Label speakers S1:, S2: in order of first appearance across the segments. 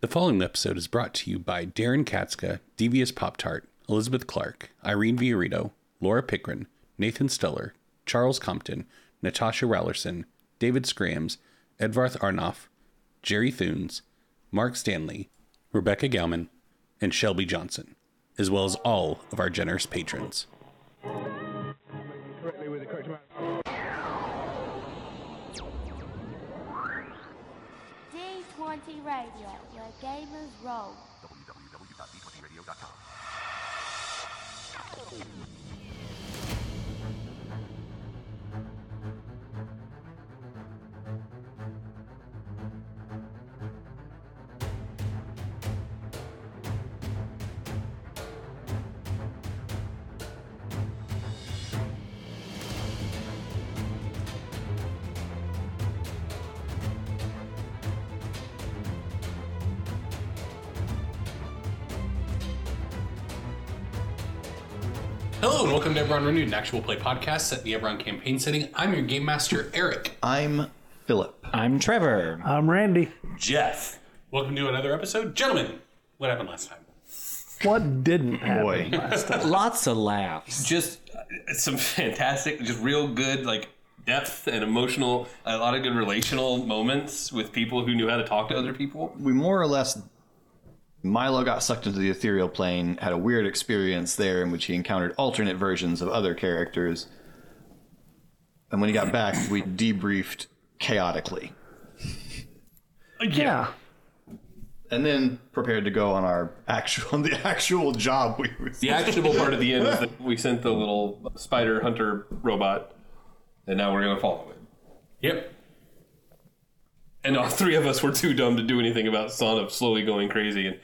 S1: The following episode is brought to you by Darren Katzka, Devious Pop Tart, Elizabeth Clark, Irene Viorito, Laura Pickren, Nathan Steller, Charles Compton, Natasha Rowlerson, David Scrams, Edvarth Arnoff, Jerry Thunes, Mark Stanley, Rebecca Gauman, and Shelby Johnson, as well as all of our generous patrons.
S2: correctly with the correct amount.
S3: D20 Radio, where gamers roll.
S1: Hello, and welcome to Everon Renewed, an actual play podcast set in the Everon campaign setting. I'm your game master, Eric.
S4: I'm Philip.
S5: I'm Trevor.
S6: I'm Randy.
S7: Jeff.
S1: Welcome to another episode. Gentlemen, what happened last time?
S6: What didn't happen?
S4: Boy,
S5: Lots of laughs.
S7: Just uh, some fantastic, just real good, like depth and emotional, a lot of good relational moments with people who knew how to talk to other people.
S4: we more or less. Milo got sucked into the ethereal plane, had a weird experience there in which he encountered alternate versions of other characters. And when he got back, we debriefed chaotically.
S6: Uh, Yeah.
S4: And then prepared to go on our actual on the actual job we were
S7: The actionable part at the end is that we sent the little spider hunter robot, and now we're going to follow it.
S1: Yep.
S7: And all three of us were too dumb to do anything about Sana slowly going crazy, and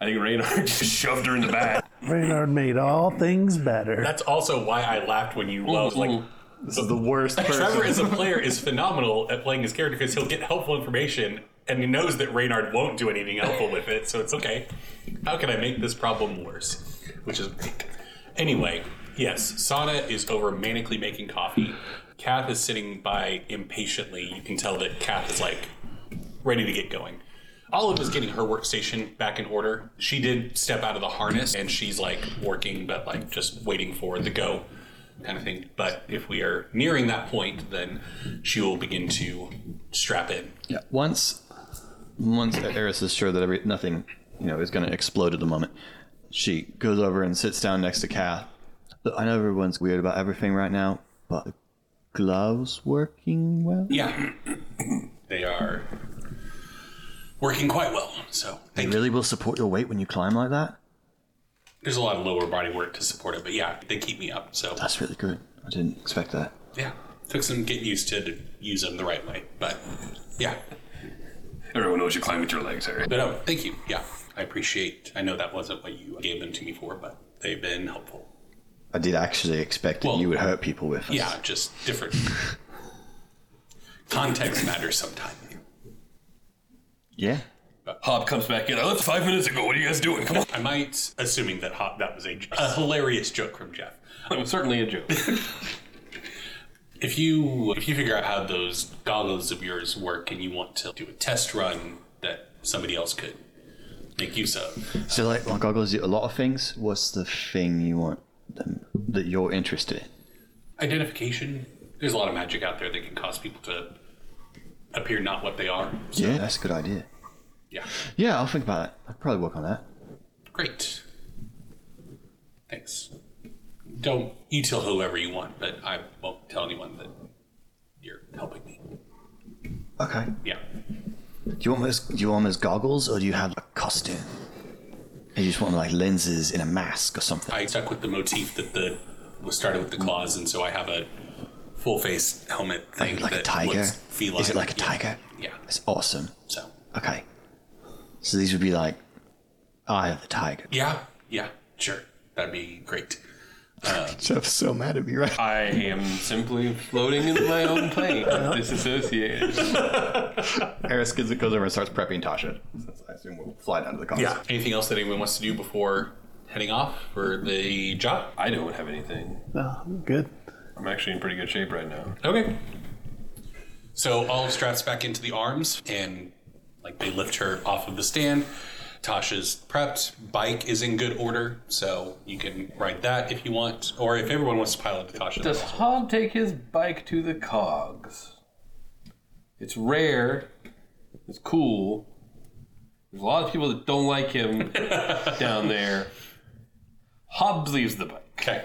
S7: I think Raynar just shoved her in the back.
S6: Reynard made all things better.
S1: That's also why I laughed when you I was like,
S4: This is the worst person.
S1: Trevor as a player is phenomenal at playing his character because he'll get helpful information and he knows that Reynard won't do anything helpful with it, so it's okay. How can I make this problem worse? Which is great. Anyway, yes, Sana is over manically making coffee. Kath is sitting by impatiently. You can tell that Kath is like ready to get going. Olive is getting her workstation back in order. She did step out of the harness and she's like working, but like just waiting for the go kind of thing. But if we are nearing that point, then she will begin to strap in.
S4: Yeah. Once, once Eris is sure that every nothing, you know, is going to explode at the moment, she goes over and sits down next to Kath. Look, I know everyone's weird about everything right now, but the gloves working well.
S1: Yeah. they are working quite well. So
S4: They
S1: thank you.
S4: really will support your weight when you climb like that.
S1: There's a lot of lower body work to support it, but yeah, they keep me up. So
S4: That's really good. I didn't expect that.
S1: yeah, took some get used to to use them the right way. But yeah,
S7: Everyone knows you climb with your legs, Eric.
S1: but no, thank you. Yeah, I appreciate. I know that wasn't what you gave them to me for, but they've been helpful.
S4: I did actually expect that
S1: Well-
S4: you would hurt people with us.
S1: Yeah, just different context matters sometimes.
S4: Yeah.
S7: Hob comes back in. Oh, it's five minutes ago. What are you guys doing? Come on.
S1: I might, assuming that hot, that was a, a hilarious joke from Jeff.
S7: It was certainly a joke.
S1: If you if you figure out how those goggles of yours work and you want to do a test run that somebody else could make use of,
S4: So like, my goggles do a lot of things. What's the thing you want them that you're interested in?
S1: identification. There's a lot of magic out there that can cause people to appear not what they are. So,
S4: Yeah, that's a good idea.
S1: yeah,
S4: Yeah, I'll think about that. I'll probably work on that.
S1: great. Thanks. Don't you tell whoever you want, but I won't tell anyone that you're helping me.
S4: Okay.
S1: Yeah.
S4: Do you want those? Do you want those goggles, or do you have a costume? And you just want like lenses in a mask or something.
S1: I stuck with the motif that the was started with the claws, and so I have a full face helmet
S4: Like-
S1: thing
S4: like a
S1: that
S4: tiger.
S1: looks feline.
S4: Is it like a
S1: Yeah.
S4: tiger?
S1: Yeah.
S4: It's awesome.
S1: So
S4: Okay. So these would be like Eye of the Tiger.
S1: yeah, yeah, sure, that'd be great.
S4: Jeff's so mad at me, right?
S7: I am simply floating in my own plane,
S1: Uh-huh.
S7: disassociated.
S4: Eris goes goes over and starts prepping Tasha. I assume we'll fly down to the cops.
S1: Anything else that anyone wants to do before heading off for the job?
S7: I don't have anything.
S6: Oh, good.
S7: I'm actually in pretty good shape right now.
S1: Okay. So Olive straps back into the arms and Like they lift her off of the stand. Tasha's prepped. Bike is in good order, so you can ride that if you want, or if everyone wants to pile up to Tasha.
S7: Does Hob take his bike to the cogs? It's rare. It's cool. There's a lot of people that don't like him down there. Hobbs leaves the bike.
S1: Okay.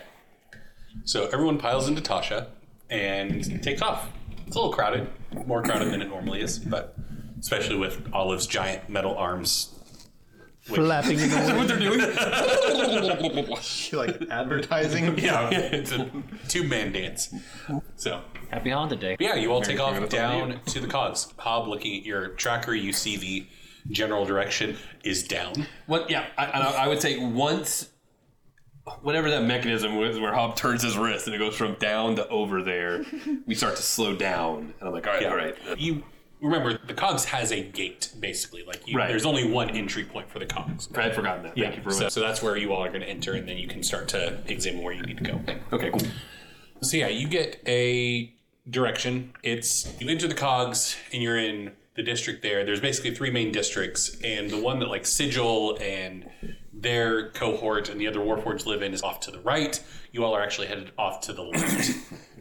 S1: So everyone piles into Tasha and takes off. It's a little crowded, more crowded than it normally is, but especially with Olive's giant metal arms.
S6: Flapping in the wind.
S1: What they're doing?
S4: like advertising.
S1: yeah, it's a two man dance. So
S5: Happy Honda Day.
S1: yeah, you all take off
S7: Christmas on
S1: down to the cogs. Hob, looking at your tracker, you see the general direction is down.
S7: What? Yeah, I, and I, I would say once, whatever that mechanism was, where Hob turns his wrist and it goes from down to over there, we start to slow down. And I'm like, all right, all right.
S1: You remember the cogs has a gate basically. Like you,
S7: Right.
S1: there's only one entry point for the cogs.
S7: I had forgotten that. Thank you for
S1: so,
S7: reminding
S1: so that's where you all are going to enter, and then you can start to examine where you need to go.
S7: Okay, cool.
S1: So yeah, you get a direction. It's you enter the cogs, and you're in the district there. There's basically three main districts, and the one that like Sigil and their cohort and the other Warforged live in is off to the right. You all are actually headed off to the left.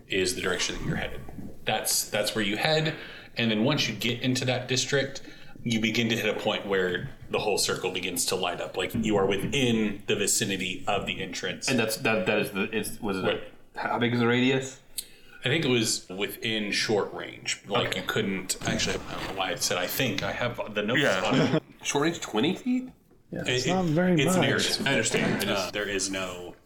S1: is the direction that you're headed. That's that's where you head, and then once you get into that district, you begin to hit a point where the whole circle begins to light up. Like you are within the vicinity of the entrance.
S7: And that's that. That is the. It's was it?
S1: Right.
S7: How big is the radius?
S1: I think it was within short range. Like you couldn't actually. I don't know why I said I think. I have the notes.
S7: Yeah.
S1: on it.
S7: Short range, twenty feet.
S6: Yeah,
S1: It-
S6: it's
S1: it-
S6: not very
S1: it's
S6: much.
S1: narrative. I understand. Uh, there is no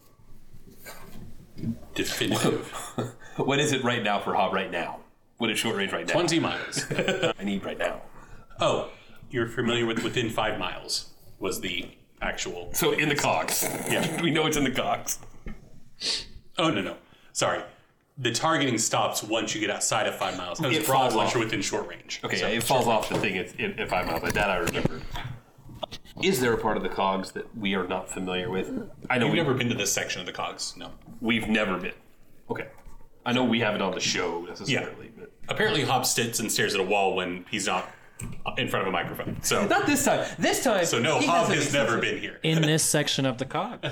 S1: definitive.
S7: Uh, What is it right now for Hob right now? What is short range right now?
S1: Twenty miles.
S7: I need right now.
S1: oh, you're familiar with within five miles was the actual.
S7: So in the cogs. Yeah. we know it's in the cogs.
S1: Oh no no, sorry. The targeting stops once you get outside of five miles. It's
S7: It
S1: broad
S7: falls
S1: once
S7: off.
S1: you're within short range.
S7: Okay,
S1: So-
S7: it falls off the thing if, if, if I'm up, but that I remember. Is there a part of the cogs that we are not familiar with? I know
S1: You've
S7: we,
S1: never been to this section of the cogs. No.
S7: we've never been. Okay. I know we have it on the show necessarily, but
S1: Apparently, Hop sits and stares at a wall when he's not in front of a microphone. So,
S7: not this time. This time.
S1: so no, Hop has never been here.
S5: In this section of the cog.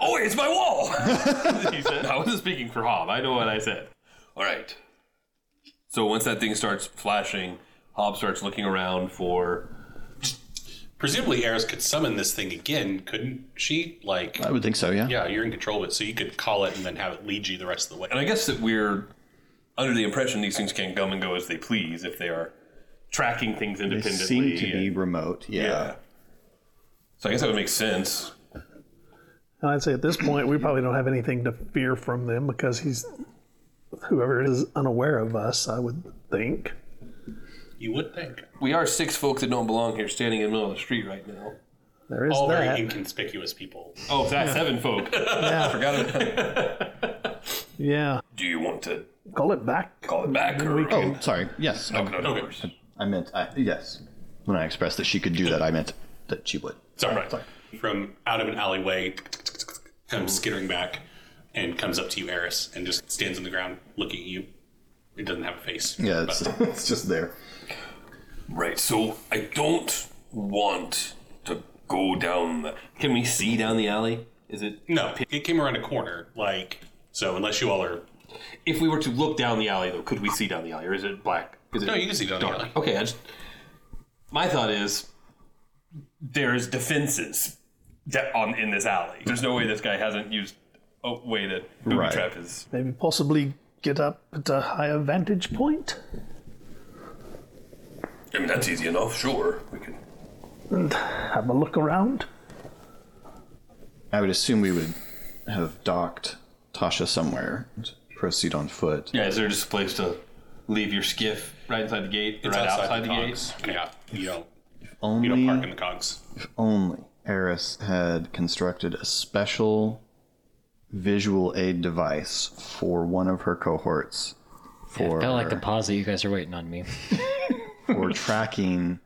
S7: Oh, wait, it's my wall. he said, I wasn't speaking for Hob. I know what I said. All right. So once that thing starts flashing, Hob starts looking around for.
S1: Presumably, Eris could summon this thing again, couldn't she? Like,
S4: I would think so. Yeah.
S1: yeah, you're in control of it, so you could call it and then have it lead you the rest of the way.
S7: And I guess that we're under the impression these things can come and go as they please if they are tracking things
S4: They
S7: independently.
S4: seem to be remote. Yeah.
S7: So I guess that would make sense.
S6: And I'd say at this point, we probably don't have anything to fear from them because he's whoever is unaware of us, I would think.
S1: You would think.
S7: We are six folk that don't belong here standing in the middle of the street right now.
S6: There is
S1: All
S6: that.
S1: very inconspicuous people.
S7: Oh, that's seven folk.
S6: Yeah.
S7: Forgot about
S6: yeah.
S7: Do you want to
S6: Call it back.
S7: call it back? Or...
S4: Oh, sorry. Yes. I,
S7: No, no, no.
S4: I meant I, yes. When I expressed that she could do that, I meant that she would.
S1: Sorry. Mm-hmm. From out of an alleyway, comes skittering back and comes up to you, Eris, and just stands on the ground looking at you. It doesn't have a face.
S4: Yeah. It's, it's just there.
S7: Right, so I don't want to go down the. Can we see down the alley? Is it.
S1: No, it came around a corner, like, so unless you all are.
S7: If we were to look down the alley, though, could we see down the alley? Or is it black? Is it
S1: No, you can see down the alley.
S7: Okay, I just. My thought is there's defenses that on in this alley. There's no way this guy hasn't used a way to booby
S4: Right.
S7: trap his.
S6: Maybe possibly get up at a higher vantage point.
S7: I mean, that's easy enough, sure. We can.
S6: and have a look around.
S4: I would assume we would have docked Tasha somewhere and proceed on foot.
S7: Yeah, is there just a place to leave your skiff right inside the gate?
S1: It's
S7: right outside, the,
S1: cogs.
S7: gate?
S1: Yeah, you don't,
S4: Only,
S1: you
S5: Mm.
S1: don't park in the cogs.
S4: only Eris had constructed a special visual aid device for one of her cohorts for
S5: I felt like the pause that you guys are waiting on me.
S4: for tracking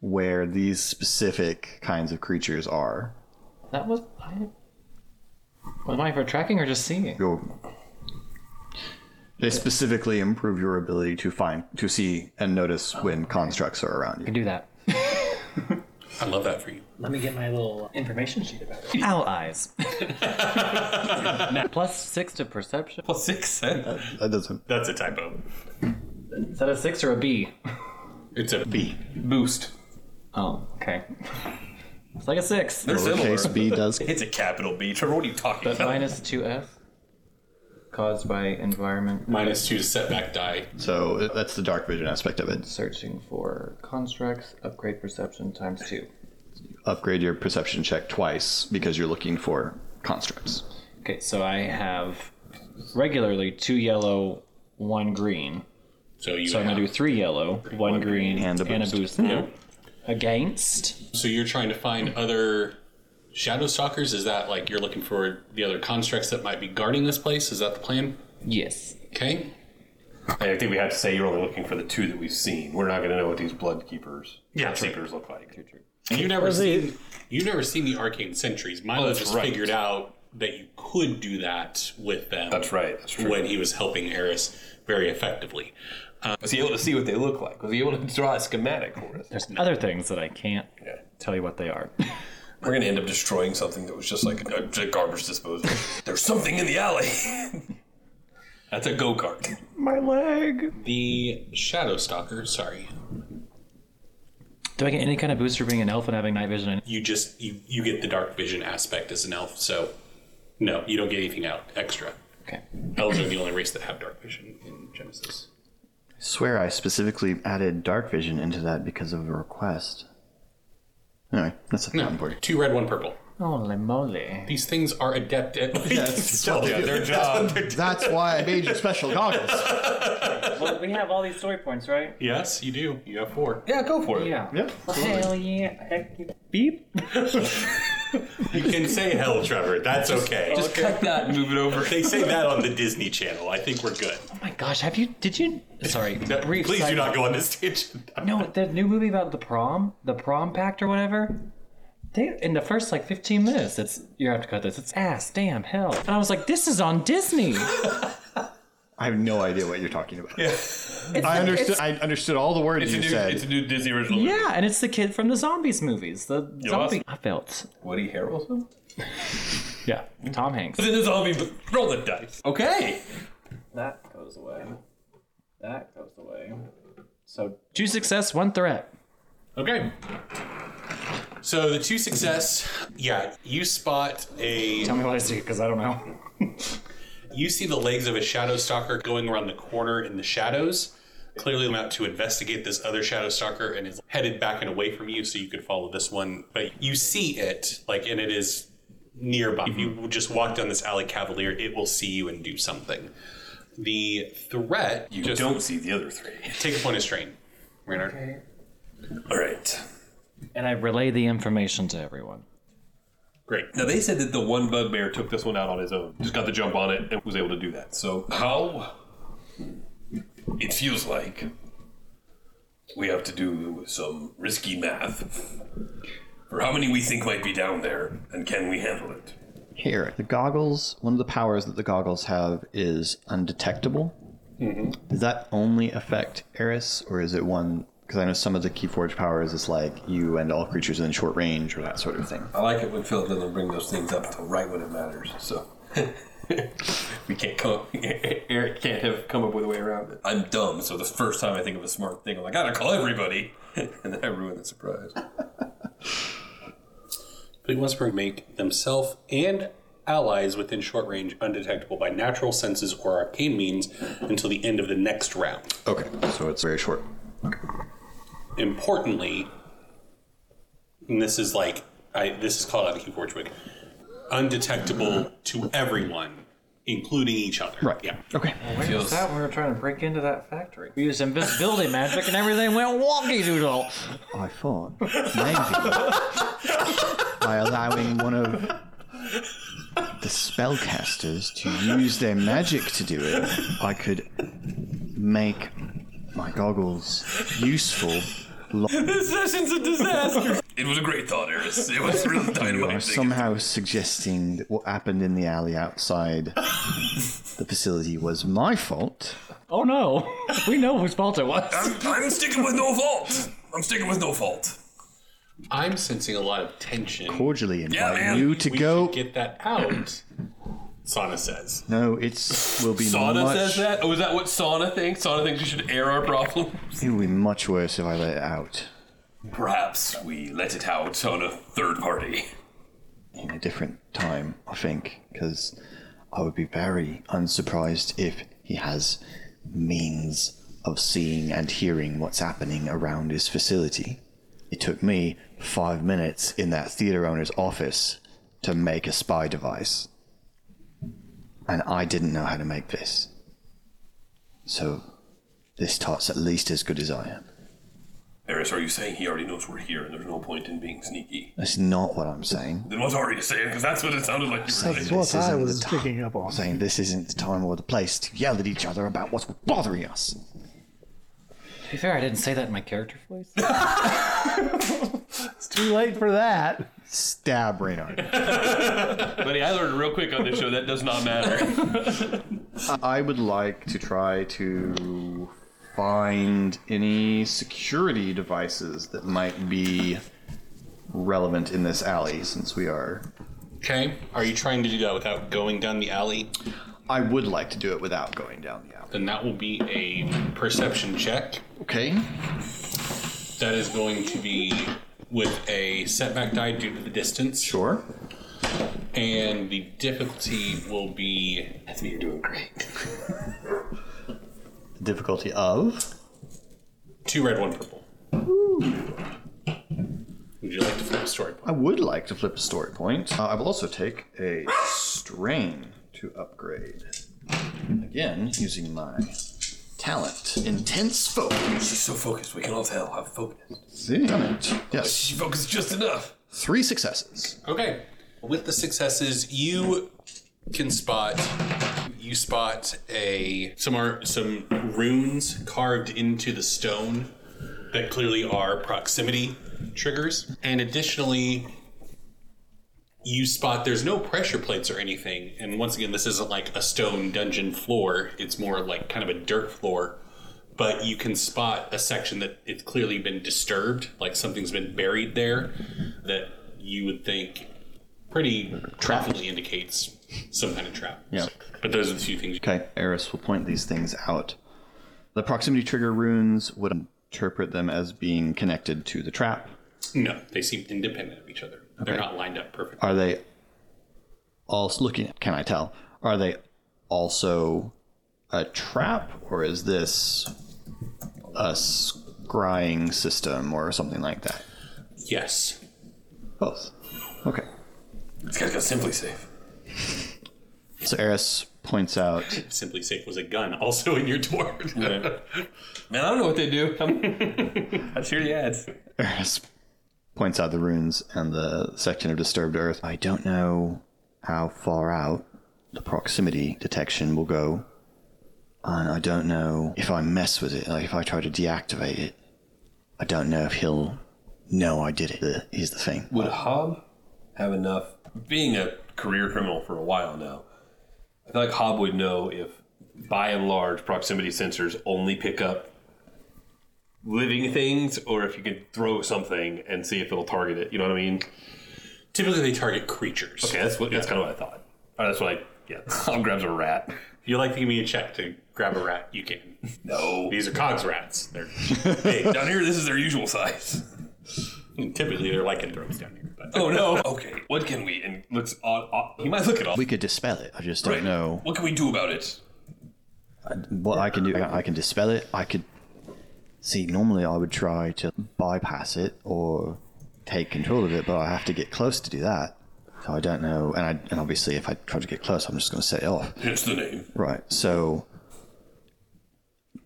S4: where these specific kinds of creatures are.
S5: That was. I, was mine for tracking or just seeing?
S4: Go. They specifically improve your ability to find, to see, and notice when constructs are around you.
S5: can do that.
S1: I love that for you.
S5: Let me get my little information sheet about it. Owl eyes. Plus six to perception.
S7: Plus six. eh?
S4: That doesn't.
S1: That's a typo.
S5: Is that a six or a B?
S1: It's a B.
S7: Boost.
S5: Oh, okay. It's like a six.
S7: They're similar.
S4: Lowercase b does.
S1: It's a capital B. Trevor, what are you talking
S5: But
S1: about?
S5: minus two F caused by environment
S1: minus two to setback die.
S4: So that's the dark vision aspect of it.
S5: searching for constructs, upgrade perception times two.
S4: Upgrade your perception check twice because you're looking for constructs.
S5: Okay, so I have regularly two yellow, one green.
S1: So you.
S5: So I'm gonna do
S1: have-
S5: three yellow, one, green,
S4: and a boost.
S1: Yep.
S5: Against
S1: So you're trying to find other shadow stalkers? Is that like you're looking for the other constructs that might be guarding this place? Is that the plan?
S5: yes.
S1: Okay.
S7: I think we have to say you're only looking for the two that we've seen. We're not going to know what these blood keepers,
S1: Yeah,
S7: blood
S1: true.
S7: keepers look like.
S1: And you never
S2: Was
S1: seen
S2: he-
S1: you never seen the arcane sentries. Milo
S7: that's
S1: just
S7: right.
S1: figured out that you could do that with them.
S7: That's right. That's true.
S1: When he was helping Eris very effectively.
S7: Was he able to see what they look like? Was he able to draw a schematic for us?
S5: There's other things that I can't
S7: Yeah.
S5: tell you what they are.
S7: We're going to end up destroying something that was just like a, a garbage disposal. There's something in the alley. That's a go kart.
S5: My leg.
S1: The shadow stalker. Sorry,
S5: Do I get any kind of boost for being an elf and having night vision?
S1: you just you you get the dark vision aspect as an elf. So no, you don't get anything out extra.
S5: Okay.
S1: Elves are the only race that have dark vision in Genesis.
S4: swear I specifically added dark vision into that because of a request. Anyway, that's a
S1: No,
S4: important.
S1: two red, one purple.
S5: Holy moly.
S1: These things are adept at like, stealth.
S4: Yeah,
S1: their job.
S4: That's why I made you special goggles.
S5: Well, we have all these story points, right?
S1: yes, you do. You have four.
S7: Yeah, go for it.
S5: Yeah.
S4: Yeah.
S5: Hell yeah. Heck yeah. Beep.
S1: You can say hell, Oh, Trevor. That's okay.
S7: Just cut that and move it over.
S1: they say that on the Disney Channel. I think we're good.
S5: Oh my gosh, have you. Did you. Sorry.
S1: No,
S5: brief
S1: please
S5: side-
S1: do not go on this tangent.
S5: No, the new movie about the prom, the prom pact or whatever. They, in the first like 15 minutes, it's you have to cut this. It's ass, damn, hell. And I was like, this is on Disney.
S4: I have no idea what you're talking about.
S5: It's-
S4: I understood.
S5: it's-
S4: I understood all the words
S7: It's a,
S4: you
S7: new,
S4: said.
S7: it's a new Disney original. movie.
S5: Yeah, and it's the kid from the zombies movies. The zombie. I felt.
S7: Woody Harrelson?
S5: Yeah. Tom Hanks.
S7: It's in the zombie. bo- Roll the dice. Okay.
S5: That goes away. That goes away. So two success, one threat.
S1: Okay. So the two success. Yeah, you spot a.
S5: Tell me what I see, because I don't know.
S1: You see the legs of a shadow stalker going around the corner in the shadows. Clearly, out to investigate this other shadow stalker and is headed back and away from you, so you could follow this one. But you see it, like, and it is nearby. If you just walk down this alley, Cavalier, it will see you and do something. The threat. You just
S7: Don't see the other three.
S1: take a point of strain, Reynard.
S7: All right.
S5: And I relay the information to everyone.
S1: Great.
S7: Now they said that the one bugbear took this one out on his own. Just got the jump on it and was able to do that. So how it feels like we have to do some risky math for how many we think might be down there and can we handle it?
S4: Here, the goggles. One of the powers that the goggles have is undetectable. Does that only affect Eris, or is it one? Because I know some of the Keyforge powers is like you and all creatures in short range, or that sort of thing.
S7: I like it when Phil doesn't bring those things up to right when it matters. So we can't come. Up, Eric can't have come up with a way around it. I'm dumb, so the first time I think of a smart thing, I'm like, I gotta call everybody, and then I ruin the surprise.
S1: Fleet Whisperer make themselves and allies within short range undetectable by natural senses or arcane means until the end of the next round.
S4: Okay, so it's very short.
S1: Importantly, and this is like I, this is called out of Keith Forgewick, undetectable to everyone, including each other.
S4: Right.
S1: Yeah.
S4: Okay.
S7: Feels-
S5: that when we were trying to break into that factory? We used invisibility magic and everything went wonky doodle.
S4: I thought maybe by allowing one of the spellcasters to use their magic to do it, I could make my goggles useful.
S7: This session's a disaster.
S1: master.
S2: It was a great thought, Eris. It was really
S4: You are
S2: dynamite. thing.
S4: somehow suggesting that what happened in the alley outside the facility was my fault.
S5: Oh no, we know whose fault it was.
S2: I'm, I'm sticking with no fault. I'm sticking with no fault.
S1: I'm sensing a lot of tension.
S4: Cordially invite
S2: man.
S4: you to
S1: we
S4: go.
S1: should get that out. Sana says.
S4: No, it's will be
S7: Sauna
S4: much.
S7: says that? Oh, is that what Sauna thinks? Sauna thinks we should air our problem?
S4: It will be much worse if I let it out
S2: Perhaps we let it out on a third party.
S4: in a different time. I think because I would be very unsurprised if he has means of seeing and hearing what's happening around his facility. It took me five minutes in that theater owner's office to make a spy device. And I didn't know how to make this. So, this tot's at least as good as I am.
S2: Eris, are you saying he already knows we're here and there's no point in being sneaky?
S4: That's not what I'm saying.
S2: Then what are you saying? Because that's what it sounded like you were saying.
S6: That's what I
S4: isn't
S6: was
S4: the time.
S6: picking up on.
S4: Saying this isn't the time or the place to yell at each other about what's bothering us.
S5: To be fair, I didn't say that in my character voice.
S6: It's too late for that.
S4: Stab Reynard.
S7: Buddy, I learned real quick on this show that does not matter.
S4: I would like to try to find any security devices that might be relevant in this alley since we are.
S1: Okay. Are you trying to do that without going down the alley?
S4: I would like to do it without going down the alley.
S1: Then that will be a perception check.
S4: Okay.
S1: That is going to be with a setback die due to the distance.
S4: Sure.
S1: And the difficulty will be
S4: The difficulty of.
S1: two red, one purple. Would you like to flip a story point?
S4: I would like to flip a story point. Uh, I will also take a strain to upgrade. Again, using my talent. Intense focus.
S2: She's so focused, we can all tell how focused.
S4: Done it. Yes.
S2: She focused just enough.
S4: Three successes.
S1: Okay. With the successes, you can spot you spot a some are some runes carved into the stone that clearly are proximity triggers. And additionally, you spot there's no pressure plates or anything. And once again, this isn't like a stone dungeon floor. It's more like kind of a dirt floor. But you can spot a section that it's clearly been disturbed, like something's been buried there that you would think pretty traffically indicates some kind of trap.
S4: Yeah.
S1: But those are the few things.
S4: Okay, Eris will point these things out. The proximity trigger runes would interpret them as being connected to the trap.
S1: No, they seem independent of each other. They're
S4: Okay.
S1: not lined up perfectly.
S4: Are they also looking? Can I tell? Are they also a trap, or is this a scrying system or something like that?
S1: Yes.
S4: Both. Okay.
S2: This guy's got simply safe.
S4: So Eris points out.
S1: Simply safe was a gun also in your dwarf.
S7: Man, I don't know what they do. I'm, I hear the ads.
S4: Eris points out the runes and the section of disturbed earth. I don't know how far out the proximity detection will go, and I don't know if I mess with it, like if I try to deactivate it. I don't know if he'll know I did it. The- Is the thing.
S7: Would Hob have enough? Being a career criminal for a while now, I feel like Hob would know if, by and large, proximity sensors only pick up living things or if you can throw something and see if it'll target it. You know what I mean?
S1: Typically, they target creatures.
S7: Okay, that's what that's kind of what I thought. Or that's what I yeah. Hob grabs a rat.
S1: If you like to give me a check to grab a rat, you can.
S2: No.
S1: These are cogs rats. They're
S2: Down here, this is their usual size.
S1: typically they're lycanthropes down here. But
S2: Oh no. Okay.
S7: What can we? And looks odd. odd. He might look at all.
S4: We could dispel it. I just don't know
S2: What can we do about it?
S4: what I can do. I I can dispel it. I could. See, normally I would try to bypass it or take control of it, but I have to get close to do that. So I don't know, and I and obviously if I try to get close, I'm just going to set it off.
S2: Hence the name.
S4: Right. So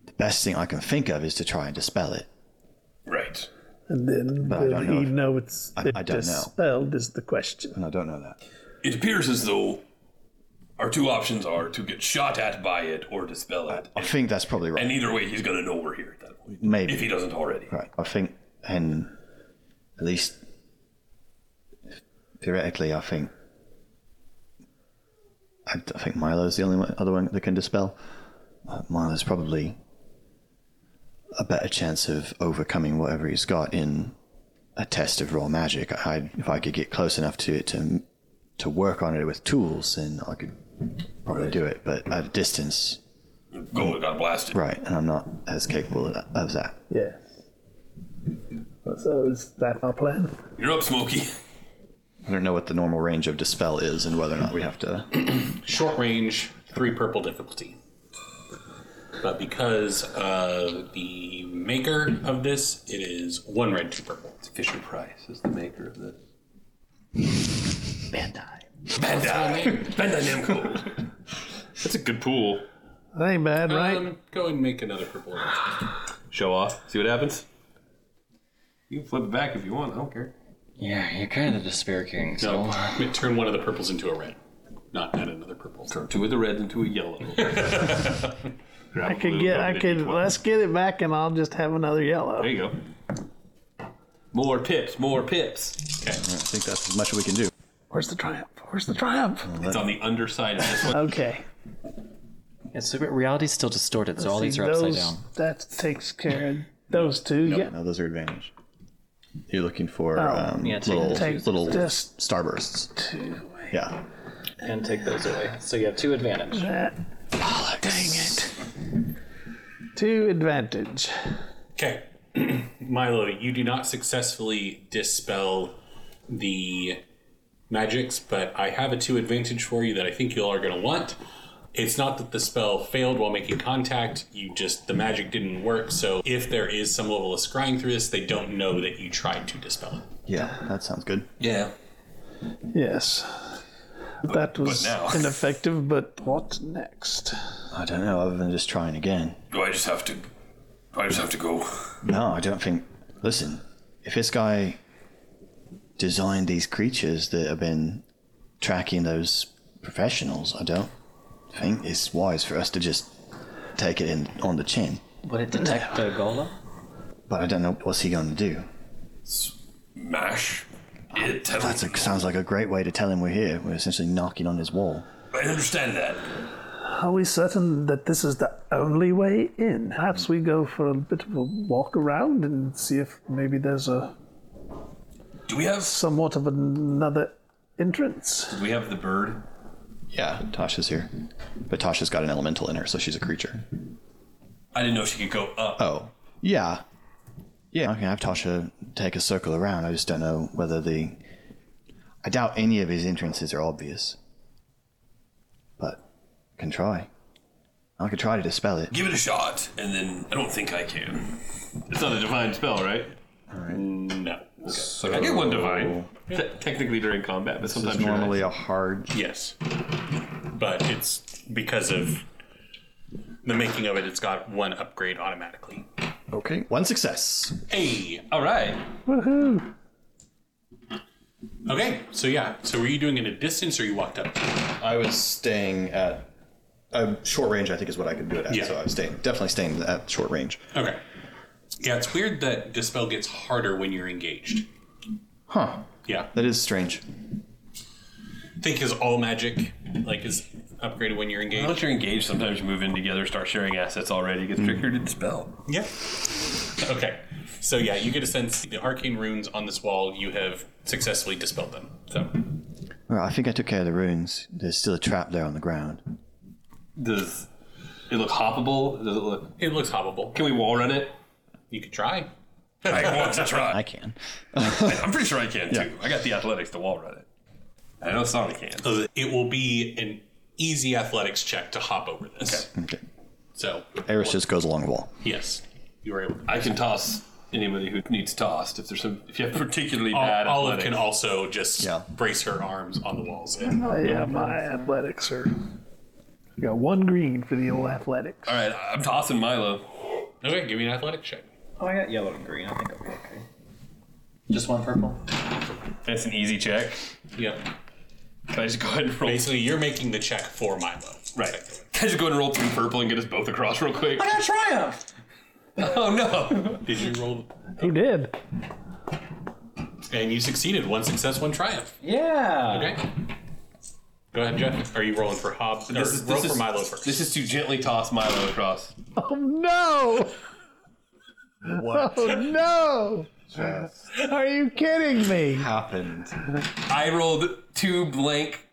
S4: the best thing I can think of is to try and dispel it.
S2: Right.
S6: And then
S4: I
S6: will
S4: don't know
S6: he
S4: if-
S6: know it's
S4: I- I
S6: it
S4: don't know.
S6: dispelled is the question.
S4: And I don't know that.
S2: It appears as though our two options are to get shot at by it or dispel it.
S4: I think that's probably right.
S2: And either way, he's gonna know we're here at that point. If he
S4: Maybe.
S2: doesn't already.
S4: Right. I think and At least theoretically, I think. I, I think Milo's the only one, other one that can dispel. Uh, Milo's probably a better chance of overcoming whatever he's got in a test of raw magic. I, if I could get close enough to it to to work on it with tools, then I could probably do it. But at a distance,
S2: Go, got blasted.
S4: right? And I'm not as capable of that. Of that.
S6: Yeah. So is that our plan?
S2: You're up, Smokey.
S4: I don't know what the normal range of dispel is, and whether or not we have to.
S1: Short range, three purple difficulty. But because of the maker of this, it is one red, two purple.
S7: Fisher Price is the maker of this.
S5: Bandai.
S2: Bandai. Bandai Namco.
S7: That's a good pool.
S6: That ain't bad, right?
S1: Um, go and make another purple.
S7: Show off. See what happens. You can flip it back if you want. I don't care.
S5: Yeah, you're kind of the Spear King, so.
S1: No, turn one of the purples into a red, not add another purple.
S7: Two of the reds and two of yellow.
S6: I could get, I could, let's get it back and I'll just have another yellow.
S7: There you go. More pips. More pips.
S4: I think that's as much as we can do.
S6: Where's the triumph? Where's the triumph?
S7: It's on the underside of this one.
S6: Okay.
S5: Yeah, so reality's still distorted, so all these
S6: See,
S5: are upside
S6: those,
S5: down.
S6: That takes care of those two. Yeah.
S4: Now those are advantage. You're looking for
S6: Oh.
S4: um,
S5: Yeah, take-
S4: little
S6: take
S4: little
S6: this.
S4: starbursts. Yeah.
S5: And take those away. So you have two advantage.
S6: That. Dang it. Two advantage.
S1: Okay. Milo, you do not successfully dispel the magics, but I have a two advantage for you that I think you all are going to want. It's not that the spell failed while making contact, you just, the magic didn't work. So if there is some level of scrying through this, they don't know that you tried to dispel it.
S4: Yeah, that sounds good.
S2: Yeah.
S6: Yes. that was
S2: now.
S6: ineffective, but what next?
S4: I don't know, other than just trying again.
S2: Do I just have to? Do I just have to go?
S4: No, I don't think. Listen, if this guy designed these creatures that have been tracking those professionals, I don't think it's wise for us to just take it in on the chin.
S5: Would it detect the golem?
S4: But I don't know what's he going to do.
S2: Mash. It. Tell
S4: That sounds like a great way to tell him we're here. We're essentially knocking on his wall.
S2: I understand that.
S6: Are we certain that this is the only way in? Perhaps we go for a bit of a walk around and see if maybe there's a
S2: Do we have?
S6: somewhat of another entrance.
S7: Do we have the bird?
S4: Yeah, Tasha's here. But Tasha's got an elemental in her, so she's a creature.
S2: I didn't know she could go up.
S4: Oh, yeah. Yeah, I can have Tasha take a circle around. I just don't know whether the. I doubt any of his entrances are obvious. But I can try. I could try to dispel it.
S2: Give it a shot, and then I don't think I can.
S7: It's not a divine spell, right?
S1: No.
S7: I get one divine. Te- technically during combat, but
S4: This
S7: sometimes
S4: is
S7: you're not.
S4: normally a hard.
S1: Yes. But it's because of the making of it, it's got one upgrade automatically.
S4: Okay. One success.
S1: Hey!
S7: All right.
S6: Woohoo!
S1: Okay, so yeah. So were you doing it at a distance or you walked up?
S4: I was staying at. Uh, short range, I think, is what I could do it at.
S1: Yeah.
S4: So I was staying, definitely staying at short range.
S1: Okay. Yeah, it's weird that dispel gets harder when you're engaged.
S4: Huh.
S1: Yeah,
S4: That is strange.
S1: I think is all magic like is upgraded when you're engaged.
S7: Once you're engaged, sometimes you move in together, start sharing assets already. It
S4: Hmm.
S7: gets trickier to dispel.
S1: Yeah. Okay. So yeah, you get a sense the arcane runes on this wall. You have successfully dispelled them. So
S4: All right, I think I took care of the runes. There's still a trap there on the ground.
S7: Does it look hoppable? Does it look?
S1: it looks hoppable.
S7: Can we wall run it?
S1: You could try.
S2: I want to
S7: Uh,
S2: try.
S4: I can.
S2: I'm pretty sure I can too. I got the athletics to wall run it. I know Sonic can.
S1: It will be an easy athletics check to hop over this.
S4: Okay.
S1: So
S4: Eris just goes along the wall.
S1: yes, you were able. To.
S7: I can toss anybody who needs tossed. If there's some, if you have particularly bad
S1: Olive
S7: athletics.
S1: can also just
S4: Yeah.
S1: brace her arms on the walls. And
S6: Oh, yeah, my athletics are. I got one green for the old athletics.
S7: All right, I'm tossing Milo.
S1: okay, give me an athletics check.
S5: Oh, I got yellow and green. I think I'll be okay. Just one purple?
S7: That's an easy check.
S1: Yep.
S7: Can I just go ahead and roll?
S1: Basically, you're making the check for Milo.
S7: Right. Can I just go ahead and roll two purple and get us both across real quick?
S5: I got triumph!
S7: Oh no!
S1: Did you roll?
S6: He did.
S1: And you succeeded. One success, one triumph.
S5: Yeah.
S1: Okay. Go ahead, Jeff. Are you rolling for Hobbs? Or
S7: This is-
S1: roll
S7: this
S1: for
S7: is-
S1: Milo first.
S7: This is to gently toss Milo across.
S6: Oh no!
S4: What
S6: Oh no! Are you kidding me?
S4: happened?
S7: I rolled two blank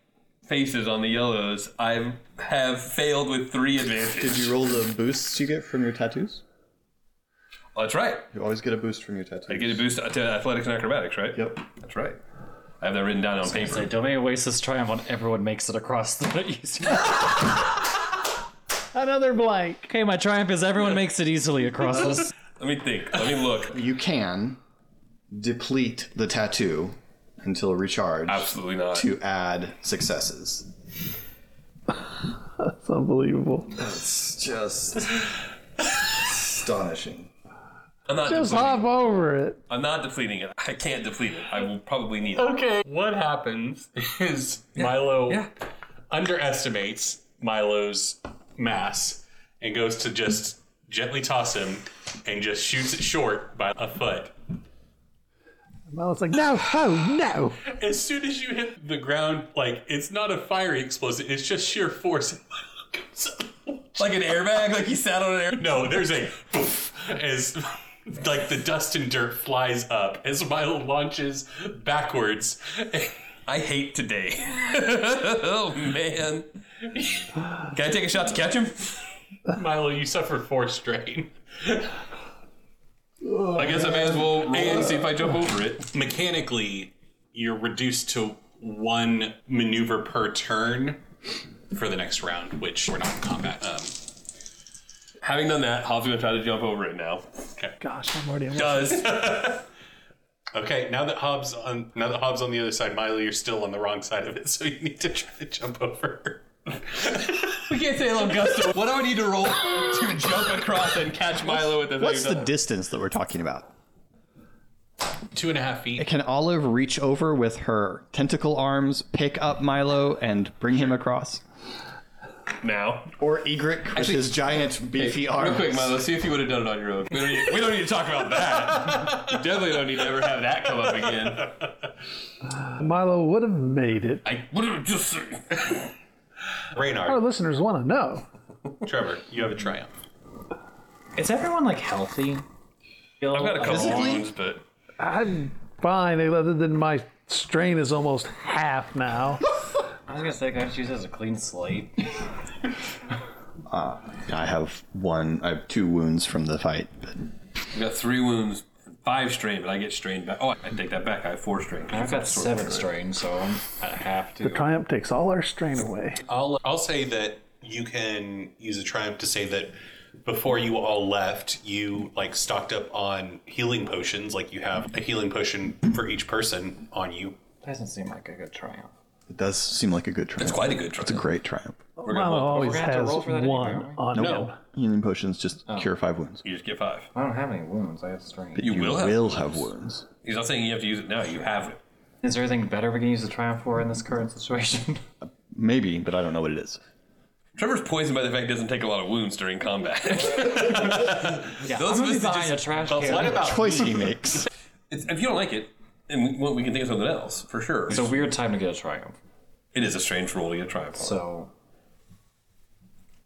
S7: faces on the yellows. I have failed with three advantages.
S4: Did you roll the boosts you get from your tattoos?
S7: Oh, that's right.
S4: You always get a boost from your tattoos.
S7: I get a boost to athletics and acrobatics, right?
S4: Yep.
S7: That's right. I have that written down on
S5: Say,
S7: paper.
S5: Domain Oasis Triumph on everyone makes it across the easily.
S6: Another blank.
S5: okay, my triumph is everyone makes it easily across this.
S7: Let me think. Let me look.
S4: You can deplete the tattoo until recharge
S7: Absolutely not.
S4: to add successes.
S6: It's unbelievable.
S4: It's just astonishing.
S7: I'm not,
S6: Just
S7: depleting.
S6: hop over it.
S7: I'm not depleting it. I can't deplete it. I will probably need it.
S1: Okay. What happens is Milo underestimates Milo's mass and goes to just gently toss him and just shoots it short by a foot.
S6: Milo's like, no, oh no!
S1: As soon as you hit the ground, like it's not a fiery explosive, it's just sheer force. And Milo goes up.
S7: Like an airbag, like he sat on an air.
S1: No, there's a poof as like the dust and dirt flies up as Milo launches backwards.
S7: I hate today. oh man. Can I take a shot to catch him?
S1: Milo, you suffer four strain. Oh,
S7: I guess I may as well roll and see if I jump over it.
S1: Mechanically, you're reduced to one maneuver per turn for the next round, which we're not in combat. Um,
S7: Having done that, Hobbs gonna try to jump over it now.
S6: Gosh, I'm already.
S7: Does
S1: okay, now that Hobbs on now that Hobbs on the other side, Milo, you're still on the wrong side of it, so you need to try to jump over.
S7: we can't say hello, Gusto. What do I need to roll to jump across and catch Milo at the
S4: What's the
S7: same time?
S4: distance that we're talking about?
S1: Two and a half feet.
S4: Can Olive reach over with her tentacle arms, pick up Milo, and bring him across?
S7: now?
S4: Or Egret with his giant, beefy arms?
S7: Real quick, Milo, see if you would have done it on your own. We don't need, we don't need to talk about that. You definitely don't need to ever have that come up again.
S6: Milo would have made it.
S7: I would have just
S1: Reynard,
S6: Our listeners want to know.
S1: Trevor, you have a triumph.
S5: Is everyone like healthy?
S7: I've got a couple wounds, but
S6: I'm fine, other than my strain is almost half now.
S5: I was gonna say, can I just use it as a clean slate?
S4: I have one, I have two wounds from the fight. But
S7: I've got three wounds, five strain, but I get strained back. Oh, I take that back. I have four strain.
S5: I've got seven strain, so I'm at half to.
S6: Triumph takes all our strain away.
S1: I'll I'll say that you can use a triumph to say that before you all left, you like stocked up on healing potions. Like you have a healing potion for each person on you.
S5: Doesn't seem like a good triumph.
S4: it does seem like a good triumph.
S7: It's quite a good try.
S4: It's a great triumph.
S6: Milo always
S5: gonna have to
S6: has
S5: roll for that anyway, aren't
S6: one
S5: we?
S6: on him.
S4: Healing potions just
S7: Oh.
S4: cure five wounds.
S7: you just get five.
S5: I don't have any wounds. I have strain.
S4: You,
S7: will have
S4: have wounds.
S7: He's not saying you have to use it now. You have it.
S5: Is there anything better we can use the triumph for in this current situation?
S4: Maybe, but I don't know what it is.
S7: Trevor's poisoned by the fact he doesn't take a lot of wounds during combat.
S5: yeah,
S7: Those
S5: I'm gonna
S7: of
S5: be
S7: us that
S5: behind
S7: just-
S5: a trash
S1: But
S5: can.
S1: what about
S4: Choice he makes.
S7: It's, if you don't like it, and we, well, we can think of something else for sure.
S5: It's a weird time to get a triumph.
S7: it is a strange role to get a triumph. on.
S5: So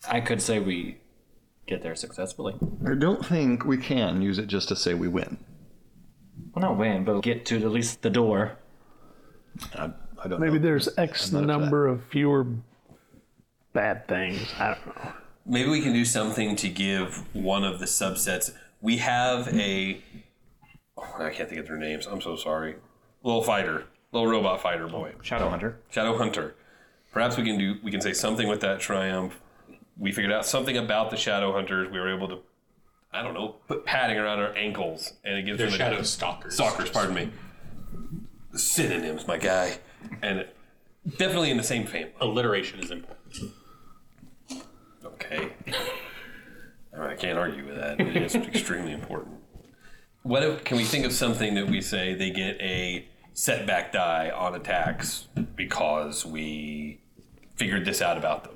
S5: I could say we get there successfully. Well,
S4: I don't think we can use it just to say we win.
S5: not win, but get to at least the door.
S4: I, I don't
S6: Maybe
S4: know.
S6: there's X
S4: not up to that.
S6: number of fewer bad things. I don't know.
S7: Maybe we can do something to give one of the subsets. We have a. Oh, I can't think of their names. I'm so sorry. Little fighter, little robot fighter boy,
S4: Shadow Hunter.
S7: Shadow Hunter. Perhaps we can do. We can say something with that triumph. We figured out something about the Shadow Hunters. We were able to, I don't know, put padding around our ankles, and it gives
S1: the
S7: them
S1: shadow
S7: a,
S1: stalkers?
S7: stalkers. Pardon me. Synonyms, my guy, and it- definitely in the same family.
S1: Alliteration is important.
S7: Okay. All right, I can't argue with that. It is extremely important. What if, can we think of something that we say they get a setback die on attacks because we figured this out about them?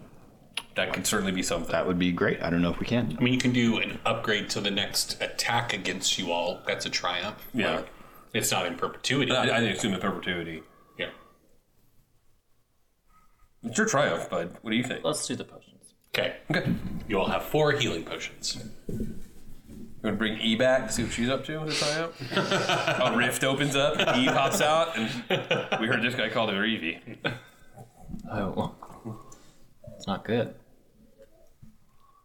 S7: That could certainly be something.
S4: That would be great. I don't know if we can.
S1: I mean, you can do an upgrade to the next attack against you all. That's a triumph.
S7: yeah.
S1: Like, It's not in perpetuity.
S6: Uh,
S7: I, I didn't assume in perpetuity.
S1: yeah.
S7: It's your triumph, bud. What do you think?
S5: Let's do the potions.
S1: Okay.
S7: Okay.
S1: You all have four healing potions.
S7: You want to bring E back, see what she's up to with her triumph? A rift opens up, and E pops out, and we heard this guy called her Evie.
S5: Oh, it's not good.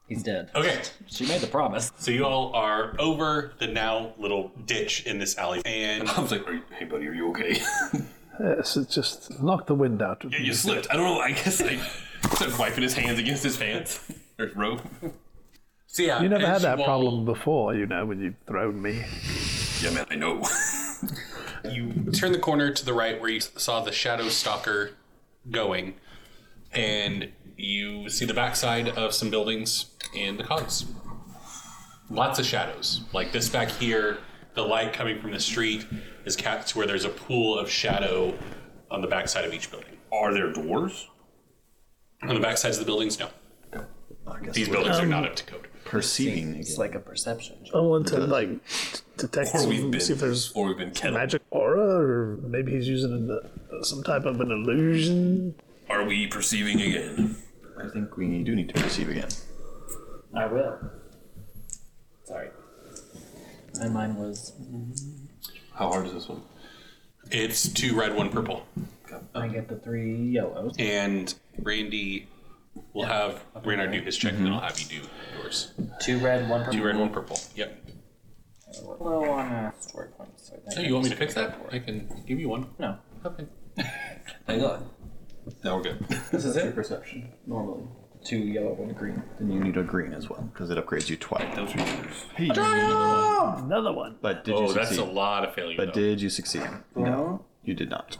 S5: He's dead.
S1: Okay.
S5: She made the promise.
S1: So you all are over the now little ditch in this alley, and
S7: I was like, are you, hey, buddy, are you okay?
S6: Yes, it's just knock the wind out.
S7: Yeah, you slipped. I don't know. I guess I started wiping his hands against his pants. There's rope.
S1: so yeah,
S6: You never
S1: as
S6: had that
S1: all-
S6: problem before, you know, when you thrown me.
S7: Yeah, man, I know.
S1: You turn the corner to the right where you saw the shadow stalker going, and you see the backside of some buildings and the cogs. Lots of shadows. Like this back here, the light coming from the street is cats where there's a pool of shadow on the backside of each building.
S7: Are there doors?
S1: On the backsides of the buildings, no.
S4: I guess
S1: These buildings are not up to code.
S4: perceiving again.
S5: It's like a perception.
S6: I want to like detect
S7: Or we've
S6: some,
S7: been.
S6: see if there's
S7: or we've been kettled.
S6: magic aura, or maybe he's using an, some type of an illusion.
S7: Are we perceiving again?
S4: I think we do need to perceive again.
S5: I will. Sorry. And mine was.
S7: How hard is this one?
S1: It's two red, one purple.
S5: I get the three yellows.
S1: And Randy will have Reynard do his check, and then I'll have you do yours.
S5: Two red, one purple.
S1: Two red, one purple. Yep.
S5: Low on uh, story points. So I think
S1: Oh,
S5: I
S1: you want me to
S5: just
S1: fix
S5: go
S1: that?
S5: for it.
S1: I can give you one.
S5: No.
S1: Okay.
S7: Hang on. Now we're good.
S5: This is it.
S4: Perception.
S5: Normally, two yellow, one green.
S4: Then you need a green as well because it upgrades you twice.
S7: Those are yours.
S6: Another one.
S4: But did you
S1: Oh,
S4: succeed?
S1: that's a lot of failure.
S4: But
S1: though.
S4: did you succeed?
S5: No.
S4: You did not.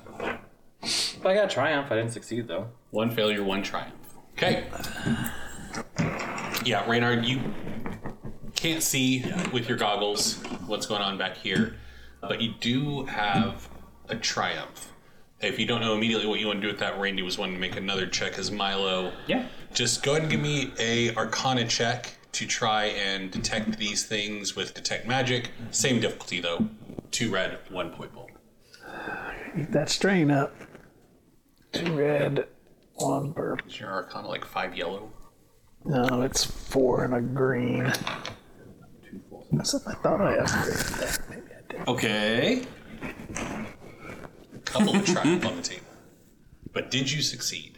S5: But I got triumph. I didn't succeed though.
S1: One failure, one triumph. Okay. Yeah, Reynard, you can't see with your goggles what's going on back here, but you do have a triumph. If you don't know immediately what you want to do with that, Randy was wanting to make another check as Milo.
S5: Yeah.
S1: Just go ahead and give me a Arcana check to try and detect these things with Detect Magic. Same difficulty though. Two red, one purple.
S6: Eat that strain up. Two red, one purple.
S1: Is your Arcana like five yellow?
S6: No, it's four and a green. That's what I thought I asked.
S7: Okay.
S1: couple of triumph on the table. But did you succeed?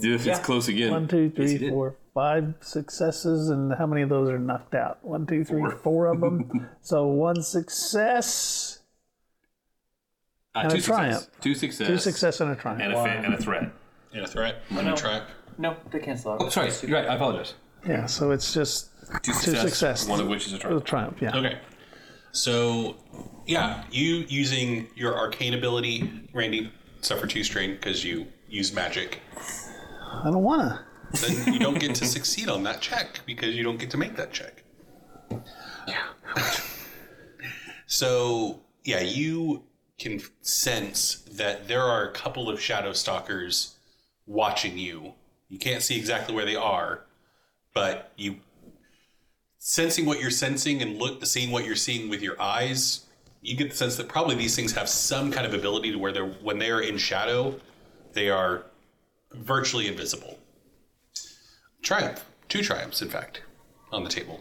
S7: This is close again.
S6: One, two,
S7: Yes,
S6: three,
S7: you did.
S6: four, five successes, and how many of those are knocked out? One, two, three, four of them. so one success,
S7: Ah,
S6: And
S7: two
S6: a triumph.
S7: success. Two success.
S6: two success, and a triumph.
S7: And a, fa- and a threat.
S1: In a threat? In a trap?
S5: No, they cancel out.
S7: Oh, sorry. You're right. I apologize.
S6: Yeah, so it's just
S7: Two
S6: success.
S7: One of which is a
S6: a
S7: triumph.
S6: triumph. Yeah.
S1: Okay. So, yeah, you using your arcane ability, Randy, suffer two strain because you use magic.
S6: I don't wanna.
S1: Then you don't get to succeed on that check because you don't get to make that check. Yeah. so, yeah, you can sense that there are a couple of shadow stalkers watching you. You can't see exactly where they are, but you sensing what you're sensing and look seeing what you're seeing with your eyes, you get the sense that probably these things have some kind of ability to where they're when they are in shadow, they are virtually invisible. Triumph, two triumphs, in fact, on the table.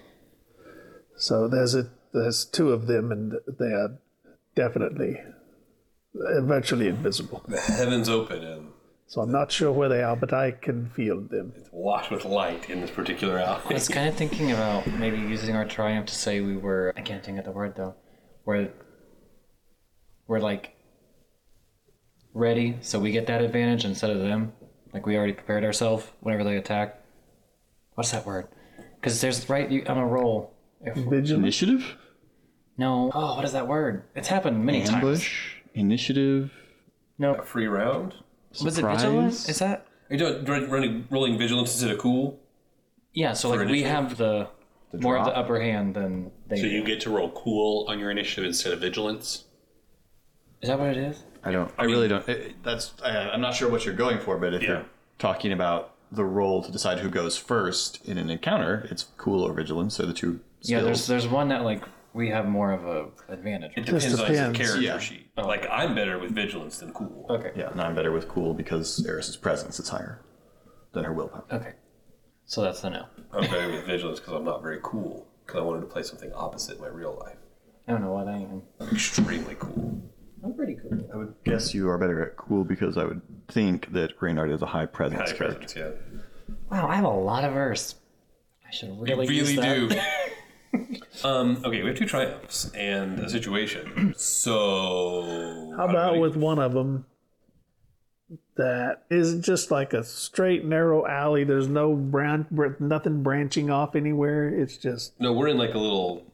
S6: So there's a there's two of them, and they are definitely uh, virtually invisible.
S7: The heavens open and
S6: So I'm not sure where they are, but I can feel them.
S7: it's washed with light in this particular
S5: I
S7: alley.
S5: was kind of thinking about maybe using our triumph to say we were. I can't think of the word though. We're we're like ready, so we get that advantage instead of them. Like we already prepared ourselves whenever they attack. What's that word? Because there's right. You, I'm a roll.
S6: Vigilant.
S4: Initiative.
S5: No. Oh, what is that word? It's happened many times.
S4: Ambush. Initiative.
S5: No.
S7: Free round.
S5: Was it
S4: Surprise?
S5: vigilant? Is that?
S7: Are you doing run- running, rolling vigilance instead of cool?
S5: Yeah. So like we have the, more of the upper hand than they.
S1: So
S5: do.
S1: you get to roll cool on your initiative instead of vigilance.
S5: Is that what it is?
S4: I don't. I really don't. It, it- that's. I, I'm not sure what you're going for, but if
S7: Yeah.
S4: you're talking about the role to decide who goes first in an encounter, it's cool or vigilance. So the two skills.
S5: Yeah, there's there's one that like we have more of a advantage.
S2: It
S5: right?
S2: depends, on
S6: depends.
S2: the character
S4: Yeah.
S2: sheet. Like I'm better with vigilance than cool.
S5: Okay.
S4: Yeah, and I'm better with cool because Eris's presence is higher than her willpower.
S5: Okay. So that's the no.
S2: I'm better with vigilance because I'm not very cool. Because I wanted to play something opposite my real life.
S5: I don't know what I am.
S2: I'm extremely cool.
S5: I'm pretty cool.
S4: I would guess you are better at cool because I would think that Reynard is a high presence
S2: High
S4: character.
S2: presence, yeah.
S5: Wow, I have a lot of verse. I should really, use
S2: really
S5: that.
S2: do. um, okay, we have two triumphs and a situation. So
S6: How about with one of them that is just like a straight, narrow alley? There's no brown, br- nothing branching off anywhere. It's just
S2: no? We're in like a little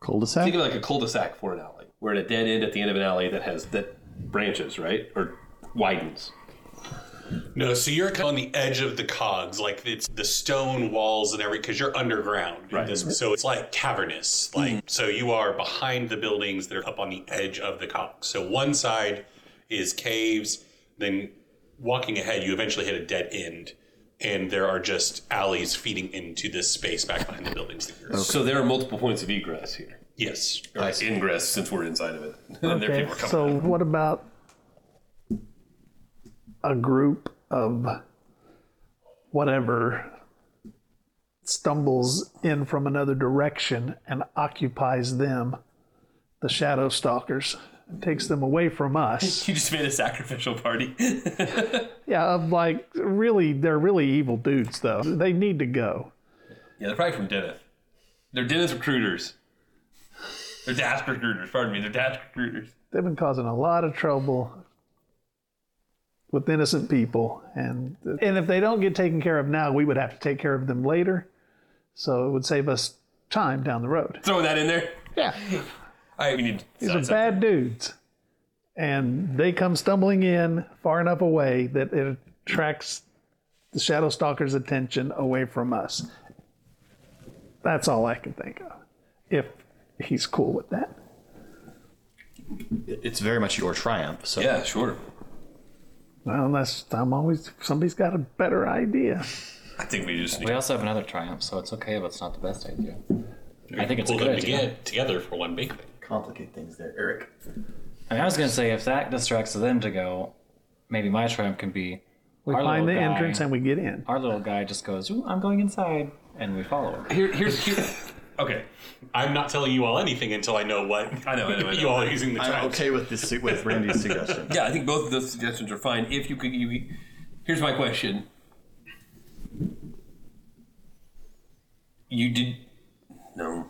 S4: Cul-de-sac?
S2: think of like a cul-de-sac for an alley. We're at a dead end at the end of an alley that has that branches, right, or widens.
S1: No, so you're kind of on the edge of the cogs, like it's the stone walls and everything, because you're underground. Right. This, so it's like cavernous. Like so, you are behind the buildings that are up on the edge of the cogs. So one side is caves. Then walking ahead, you eventually hit a dead end, and there are just alleys feeding into this space back behind the buildings that you're. in.
S2: So there are multiple points of egress here,
S1: Yes.
S2: or ingress since we're inside of it. and there are
S6: okay.
S2: people coming.
S6: So what about a group of whatever stumbles in from another direction and occupies them, the shadow stalkers, and takes them away from us?
S2: you just made a sacrificial party.
S6: Yeah, of like really, they're really evil dudes though. They need to go.
S2: Yeah, they're probably from Deneth. They're Deneth recruiters. They're Dask recruiters. Pardon me. They're Dask recruiters.
S6: They've been causing a lot of trouble with innocent people, and and if they don't get taken care of now, we would have to take care of them later. So it would save us time down the road.
S2: Throw that in there.
S6: Yeah,
S2: All right, we need.
S6: these
S2: decide
S6: are
S2: something.
S6: bad dudes, and they come stumbling in far enough away that it attracts the shadow stalker's attention away from us. That's all I can think of. If he's cool with that.
S4: It's very much your triumph, so
S2: Yeah, sure.
S6: Well, unless I'm always somebody's got a better idea.
S2: I think we just need.
S5: We also have another triumph, so it's okay if it's not the best idea. I think it's a
S1: Pull
S5: good
S1: them
S5: idea.
S1: together, together for one big thing.
S4: complicate things there, Eric.
S5: I mean, I was gonna say if that distracts them to go, maybe my triumph can be
S6: We
S5: Our
S6: find the
S5: little guy.
S6: entrance and we get in.
S5: our little guy just goes, Ooh, I'm going inside, and we follow him.
S2: Here, here's here. Okay,
S1: I'm not telling you all anything until I know what
S2: I know. I know, I know.
S1: you all are using the time.
S4: I'm okay with this with Randy's suggestion.
S2: Yeah, I think both of those suggestions are fine. If you could, you, here's my question. You did no.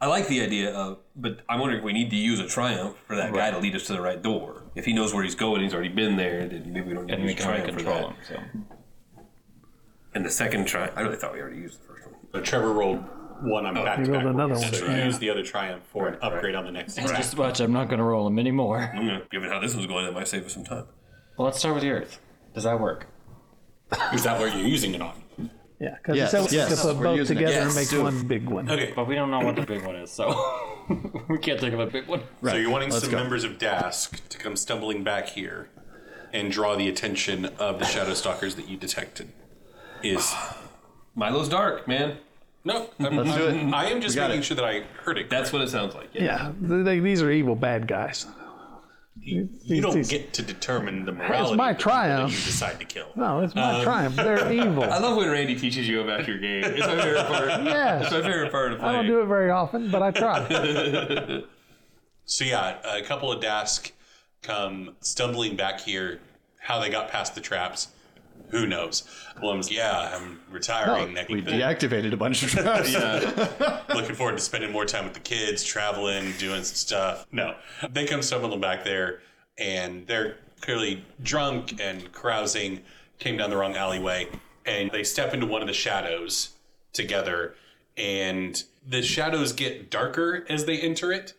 S2: I like the idea of, but I'm wondering if we need to use a triumph for that guy to lead us to the right door. If he knows where he's going, he's already been there. Then maybe we don't need
S5: And
S2: to
S5: we
S2: use a
S5: can already
S2: triumph for that.
S5: control him. So
S2: And the second triumph, I really thought we already used the first one.
S1: But Trevor rolled one on back to
S6: Oh, rolled
S1: back.
S6: another
S1: rolls,
S6: one,
S1: So
S6: yeah.
S1: use the other triumph for an upgrade on the next. one.
S5: just watch, I'm not gonna roll him anymore.
S2: I'm gonna- Given how this one's going, that might save us some time.
S5: Well, let's start with the earth. Does that work?
S1: Is that where you're using it on?
S6: Yeah, because
S4: Yes,
S6: we
S4: yes,
S6: can put
S4: we're
S6: both
S4: using it.
S6: together and
S4: Yes,
S6: make
S4: do it.
S6: one big one.
S1: Okay.
S5: But we don't know what the big one is, so we can't think of a big one.
S1: So you're wanting
S4: let's
S1: some
S4: go.
S1: members of Dask to come stumbling back here and draw the attention of the Shadow Stalkers that you detected. Is
S2: Milo's dark, man.
S1: no, I'm,
S4: Let's do it.
S1: I am just
S4: We got
S1: making
S4: it.
S1: sure that I heard it.
S2: That's what it sounds like. Yeah.
S6: Yeah, th- they, these are evil bad guys.
S1: you, you don't
S6: these-
S1: get to determine the morality.
S6: my
S1: of the people that
S6: triumph.
S1: You decide to kill.
S6: No, it's my triumph. They're
S2: Um, I
S6: evil.
S2: love when Randy teaches you about your game. It's my favorite part. It's
S6: Yes,
S2: my favorite part of
S6: I
S2: playing.
S6: don't do it very often, but I try.
S1: So yeah, a couple of Dask come stumbling back here. How they got past the traps, who knows? Blum's yeah, I'm retiring. neck
S4: We
S1: and fin."
S4: deactivated a bunch of traps.
S1: looking forward to spending more time with the kids, traveling, doing some stuff. No, they come stumbling back there, and they're clearly drunk and carousing. Came down the wrong alleyway, and they step into one of the shadows together, and the shadows get darker as they enter it,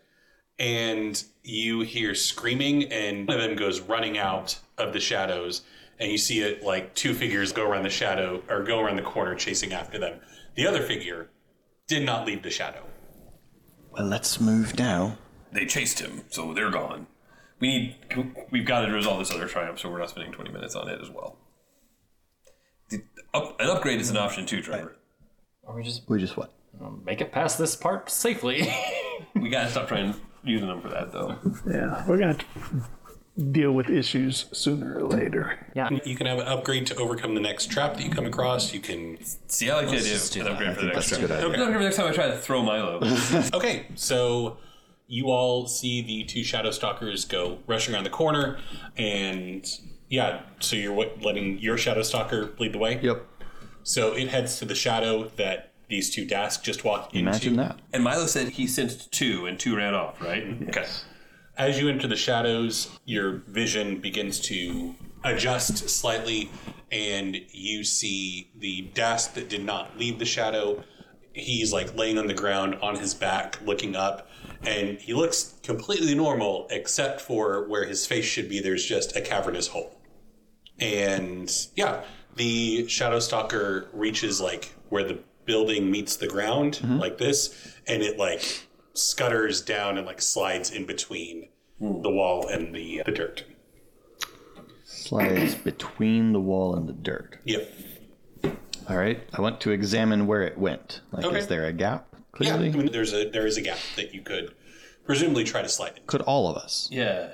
S1: and you hear screaming, and one of them goes running out of the shadows. And you see it like two figures go around the shadow or go around the corner chasing after them. The other figure did not leave the shadow.
S4: Well, let's move now.
S2: they chased him, so they're gone. We need. We've got to resolve this other triumph, so we're not spending twenty minutes on it as well. The, up, an upgrade is an option too, Trevor.
S5: Or we just
S4: We just what?
S5: I'll make it past this part safely.
S2: We gotta stop trying using them for that though.
S6: Yeah, we're gonna have to deal with issues sooner or later.
S1: You can have an upgrade to overcome the next trap that you come across. You can.
S2: See, I like the idea
S5: just do
S2: of
S5: that.
S2: upgrade for the next
S4: That's a
S2: time.
S4: good idea.
S2: Upgrade for the next time I try to throw Milo.
S1: Okay, so you all see the two shadow stalkers go rushing around the corner, and yeah, so you're what letting your shadow stalker lead the way.
S4: Yep.
S1: So it heads to the shadow that these two Dask just walked into.
S4: Imagine that.
S2: and Milo said he sensed two, and two ran off, right?
S1: Okay. As you enter the shadows, your vision begins to adjust slightly, and you see the Dask that did not leave the shadow. He's like laying on the ground on his back, looking up, and he looks completely normal except for where his face should be. There's just a cavernous hole. And yeah, the Shadow Stalker reaches like where the building meets the ground, like this, and it like scutters down and like slides in between the wall and the, the dirt.
S4: Slides between the wall and the dirt.
S1: Yep.
S4: All right. I want to examine where it went. Like,
S1: Okay.
S4: is there a gap?
S1: Yeah, I
S4: Clearly.
S1: mean, there's a there is a gap that you could presumably try to slide in.
S4: Could all of us?
S2: Yeah.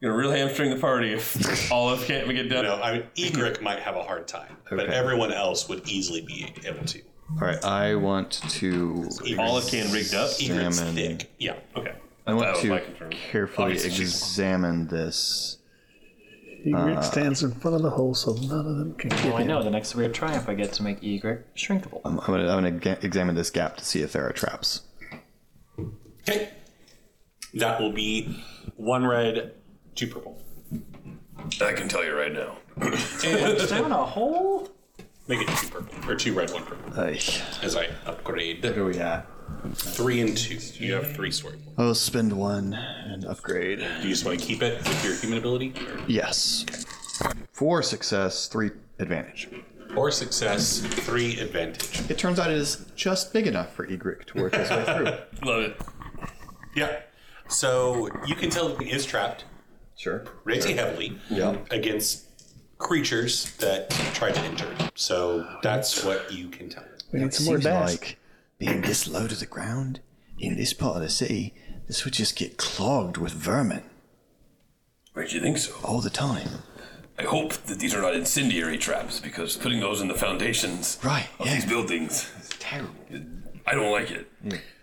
S2: You're gonna really hamstring the party if all of can't get done.
S1: No, I mean Egric might have a hard time, but
S4: Okay.
S1: everyone else would easily be able to.
S4: All right. I want to.
S2: All of can rigged up.
S1: Egric's
S4: Examine.
S1: thick. Yeah.
S2: Okay.
S4: I want
S2: was my
S4: to
S2: concern.
S4: carefully examine this. Uh,
S6: Egret stands in front of the hole so none of them can get
S5: well, I
S6: in.
S5: know the next weird triumph I get to make Y shrinkable.
S4: Um, I'm, I'm gonna, I'm gonna ga- examine this gap to see if there are traps.
S1: Okay. That will be one red, two purple.
S2: I can tell you right now.
S5: Down a hole?
S1: Make it two purple or two red, one purple.
S4: Ay,
S1: As I upgrade
S4: where are we at?
S1: three and two, you have three story points.
S4: I'll spend one and upgrade.
S1: Do you just want to keep it with your human ability?
S4: Yes. Four success, three advantage.
S1: Or success, three advantage.
S4: It turns out it is just big enough for Egric to work his way through.
S2: Love it.
S1: Yeah. So you can tell that he is trapped
S4: Sure.
S1: pretty heavily
S4: Yeah.
S1: against creatures that tried to enter. him. So that's what you can tell.
S6: we need
S4: It
S6: some more
S4: seems
S6: dash.
S4: like being this low to the ground in this part of the city, this would just get clogged with vermin
S2: Right, you think so?
S4: all the time.
S2: I hope that these are not incendiary traps because putting those in the foundations
S4: Right,
S2: of
S4: yeah.
S2: Oh, these buildings,
S4: Terrible.
S2: I don't like it.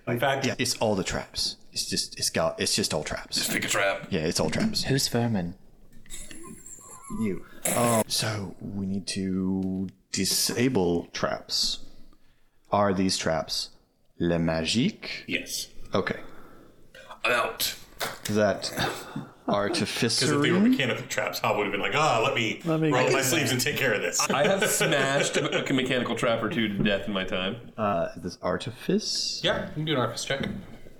S1: In fact,
S4: Yeah, it's all the traps. It's just it's got it's just all traps.
S2: Just pick a trap.
S4: Yeah, it's all traps.
S5: Who's vermin?
S4: You. Um, so we need to disable traps. Are these traps le magique?
S1: yes.
S4: Okay.
S2: I'm out.
S4: That
S1: Because if they were
S4: artificery.
S1: mechanical traps, Hob would have been like, ah, let me,
S6: me
S1: roll
S6: get
S1: up my
S6: that."
S1: sleeves and take care of this.
S2: I have smashed a mechanical trap or two to death in my time.
S4: Uh, this artifice.
S1: yeah, you can do an artifice check.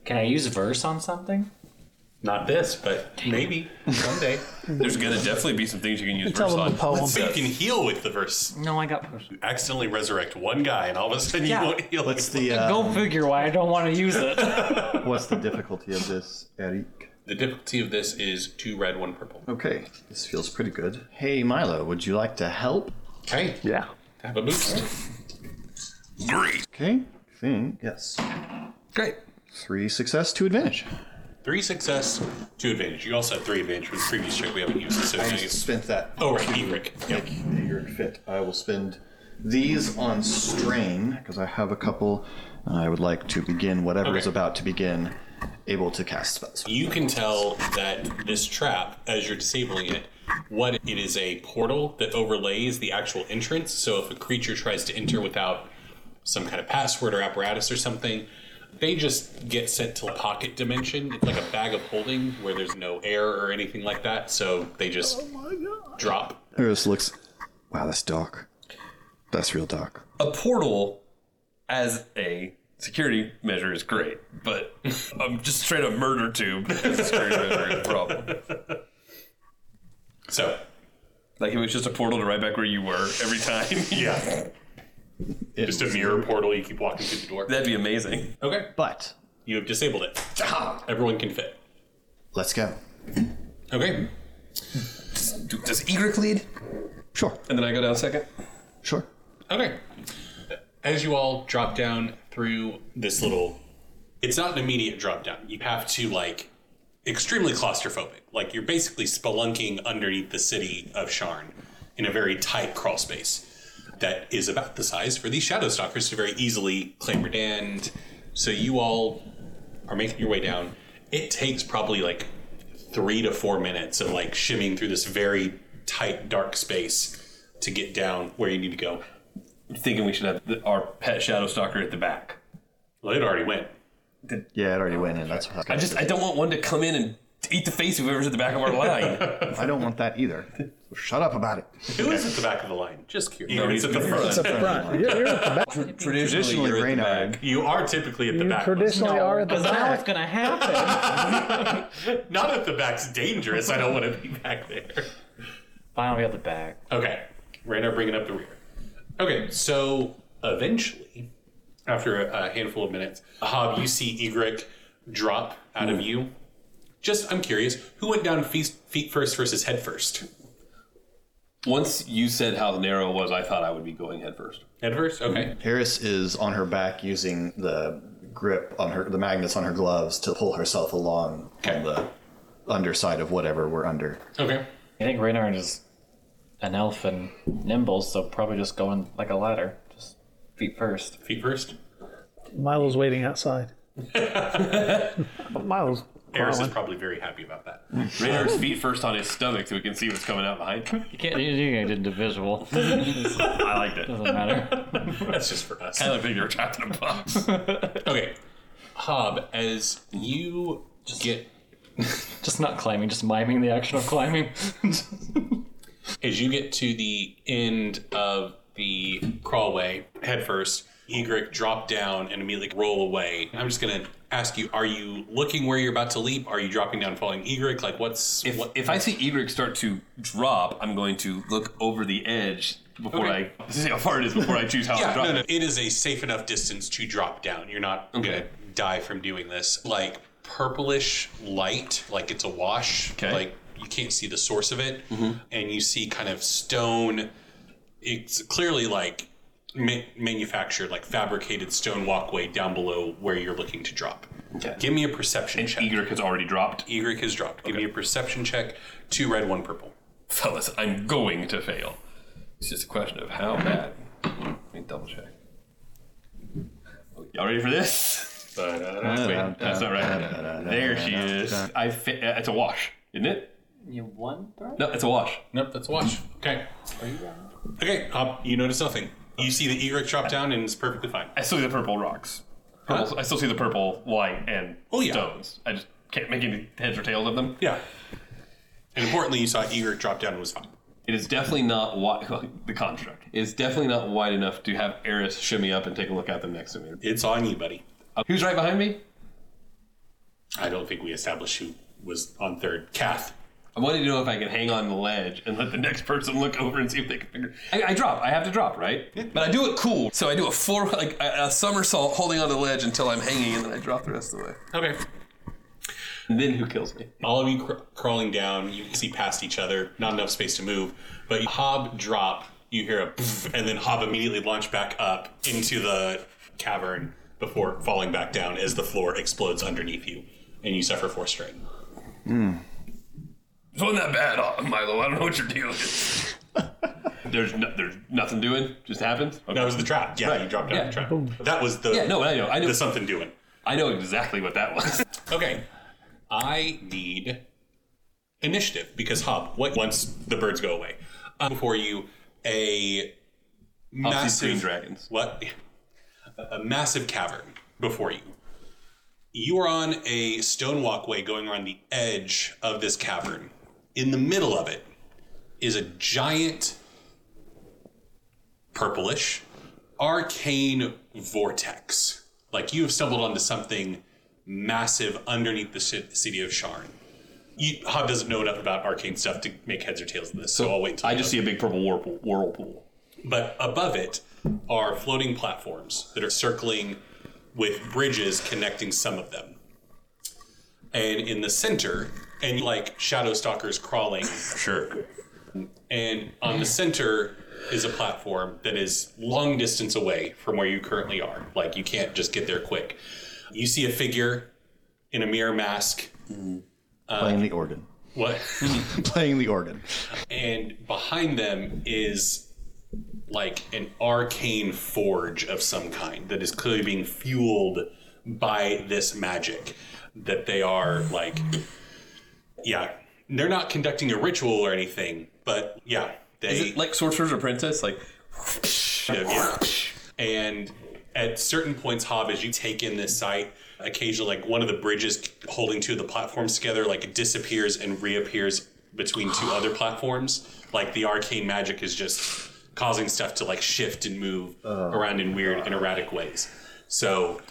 S5: Can I use verse on something?
S1: Not this, but maybe someday.
S2: There's gonna definitely be some things you can use
S6: Tell
S2: verse
S6: them
S2: on.
S6: the poem.
S1: so you can heal with the verse.
S5: No, I got potion.
S1: Accidentally resurrect one guy, and all of a sudden
S5: Yeah.
S1: you won't heal.
S4: What's the
S5: Go
S4: uh,
S5: figure why I don't want to use it.
S4: what's the difficulty of this, Eric?
S1: The difficulty of this is two red, one purple.
S4: Okay, this feels pretty good. Hey, Milo, would you like to help?
S1: Okay.
S6: Yeah.
S1: Have a boost.
S4: Okay, I think yes. Great. Three success, two advantage.
S1: Three success, two advantage. You also have three advantage from the previous check we haven't used. So now you-
S4: spent that.
S1: oh right, Egric. Yep.
S4: Your fit. I will spend these on strain because I have a couple, and I would like to begin whatever is
S1: Okay.
S4: about to begin. Able to cast spells.
S1: You can tell that this trap, as you're disabling it, what it is a portal that overlays the actual entrance. So if a creature tries to enter without some kind of password or apparatus or something, they just get sent to a pocket dimension. It's like a bag of holding where there's no air or anything like that. So they just drop.
S4: Eris looks. Wow, that's dark. That's real dark.
S2: a portal as a security measure is great, but I'm just straight up murder tube as a security measure is a problem.
S1: So
S2: Like it was just a portal to right back where you were every time.
S1: yeah, just a mirror portal. You keep walking through the door.
S2: That'd be amazing.
S1: Okay,
S4: But
S1: you have disabled it. Everyone can fit.
S4: let's go.
S1: Okay.
S2: Do- Does Egric lead?
S4: Sure.
S2: And then I go down second.
S4: Sure.
S1: Okay. as you all drop down through this little it's not an immediate drop down you have to like extremely claustrophobic like you're basically spelunking underneath the city of sharn in a very tight crawl space that is about the size for these shadow stalkers to very easily clamber down and so you all are making your way down it takes probably like three to four minutes of like shimming through this very tight dark space to get down where you need to go
S2: Thinking we should have the, our pet shadow stalker at the back.
S1: well it already went
S4: Yeah, it already went in. That's what
S2: I just I don't want one to come in and eat the face of whoever's at the back of our line.
S4: I don't want that either. Shut up about it.
S1: Who is at the back of the line? Just curious.
S2: No,
S1: it's
S2: he's
S1: at the
S2: been-
S1: front.
S6: It's up front. You're, you're at the back.
S4: Traditionally,
S2: you're at the
S4: Reynard.
S2: back.
S1: You are typically at the
S6: You
S1: back.
S6: traditionally are at the back.
S5: gonna happen.
S1: Not at the back's dangerous. I don't want to be back there.
S5: Fine, I'll be at the back.
S1: Okay. Radar bringing up the rear. Okay, so eventually, after a, a handful of minutes, Ahab, you see Egric drop out of you. Just, I'm curious, who went down feet, feet first versus head first?
S2: Once you said how narrow it was, I thought I would be going head first.
S1: Head first? Okay.
S4: Harris is on her back using the grip on her, the magnets on her gloves to pull herself along
S1: Okay.
S4: on the underside of whatever we're under.
S1: Okay.
S5: I think Reynard is an elf and nimble, so probably just going like a ladder, just feet first.
S1: Feet first.
S6: Milo's waiting outside. Milo's
S1: Eris is
S6: crawling.
S1: probably very happy about that.
S2: Radar's feet first on his stomach so we can see what's coming out behind him.
S5: You can't do anything individual.
S2: I liked it.
S5: Doesn't matter.
S1: That's just for us.
S2: I like figure trapped in a box.
S1: Okay. Hob, as you get
S5: Just not climbing, just miming the action of climbing.
S1: as you get to the end of the crawlway head first, Egric drop down and immediately roll away. I'm just gonna ask you: Are you looking where you're about to leap? Are you dropping down, following Egric? Like, what's
S2: If,
S1: what?
S2: if I see Egric start to drop, I'm going to look over the edge before
S1: Okay.
S2: I see how far it is before I choose how to
S1: Yeah,
S2: drop
S1: no, no.
S2: it.
S1: It is a safe enough distance to drop down. You're not gonna die from doing this. Like purplish light, like it's a wash.
S2: Okay. Mm-hmm.
S1: Like you can't see the source of it, and you see kind of stone. It's clearly like ma- manufactured, like fabricated stone walkway down below where you're looking to drop.
S2: Okay.
S1: Give me a perception check.
S2: Egric has already dropped.
S1: Egric has dropped. Give me a perception check. Two red, one purple.
S2: Fellas, I'm going to fail. It's just a question of how bad. Let me double check. Y'all ready for this? Wait, that's not right. There she is. I fi- uh, it's a wash, isn't it?
S5: you won, bro?
S2: No, it's a wash.
S1: Nope, that's a watch. Okay. Okay, Hop, you notice nothing. You see the Egric drop down, and it's perfectly fine.
S2: I still see the purple rocks. Purple, I still see the purple light and
S1: Oh, yeah.
S2: stones. I just can't make any heads or tails of them.
S1: Yeah. And importantly, you saw Egric drop down and was fine.
S2: It is definitely not wide. the construct is definitely not wide enough to have Eris shimmy up and take a look at them next to me.
S1: It's on you, buddy.
S2: Uh, who's right behind me?
S1: I don't think we established who was on third. Kath.
S2: I wanted to know if I could hang on the ledge and let the next person look over and see if they can figure. I, I drop. I have to drop, right? But I do it cool. So I do a four, like a, a somersault, holding on to the ledge until I'm hanging, and then I drop the rest of the way.
S1: Okay.
S2: And then who kills me?
S1: All of you cr- crawling down, you can see past each other, not enough space to move. But Hob drop, you hear a poof, and then Hob immediately launched back up into the cavern before falling back down as the floor explodes underneath you, and you suffer four strain.
S2: It wasn't that bad, uh, Milo. I don't know what your deal is. there's no, there's nothing doing. Just happens. Okay.
S1: That was the trap. Yeah, you dropped down
S2: Yeah.
S1: the trap. That was the
S2: Yeah, no, I know. I know.
S1: the something doing.
S2: I know exactly what that was.
S1: Okay. I need initiative because Hob, what once the birds go away, uh, before you a massive
S2: green dragons.
S1: What? A massive cavern before you. You are on a stone walkway going around the edge of this cavern. In the middle of it is a giant purplish arcane vortex. Like you have stumbled onto something massive underneath the ci- city of Sharn. You, Hob doesn't know enough about arcane stuff to make heads or tails of this, so I'll wait till
S2: I
S1: you
S2: just
S1: know.
S2: see a big purple whirlpool. whirlpool.
S1: But above it are floating platforms that are circling with bridges connecting some of them. And in the center, and like shadow stalkers crawling. sure. And on the center is a platform that is long distance away from where you currently are. Like you can't just get there quick. You see a figure in a mirror mask.
S4: playing the organ.
S1: What?
S4: Playing the organ.
S1: and behind them is like an arcane forge of some kind that is clearly being fueled by this magic that they are like yeah they're not conducting a ritual or anything but yeah they
S2: Is it like Sorcerer's Apprentice? Like,
S1: yeah. And at certain points, Hob, as you take in this site, occasionally like one of the bridges holding two of the platforms together, like disappears and reappears between two other platforms. Like the arcane magic is just causing stuff to like shift and move around in weird and erratic ways. So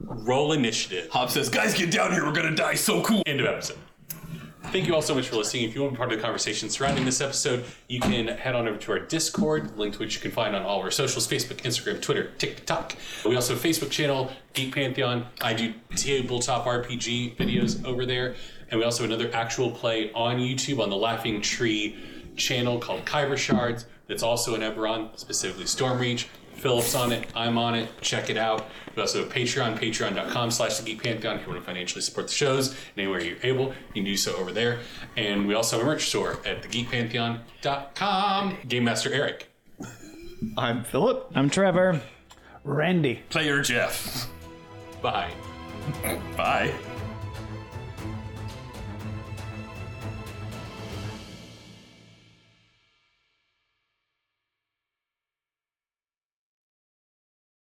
S1: roll initiative.
S2: Bob says, guys, get down here. We're going to die so cool.
S1: End of episode. Thank you all so much for listening. If you want to be part of the conversation surrounding this episode, you can head on over to our Discord, link to which you can find on all our socials Facebook, Instagram, Twitter, TikTok. We also have a Facebook channel, Geek Pantheon. I do tabletop RPG videos over there. And we also have another actual play on YouTube on the Laughing Tree channel called Kyber Shards. That's also in Eberron, specifically Stormreach. Phillips on it. I'm on it. Check it out. We also have Patreon, patreon.com slash the Geek Pantheon if you want to financially support the shows and anywhere you're able. You can do so over there. And we also have a merch store at thegeekpantheon.com. Game Master Eric.
S4: I'm Philip.
S5: I'm Trevor.
S6: Randy.
S2: Player Jeff.
S1: Bye.
S2: Bye.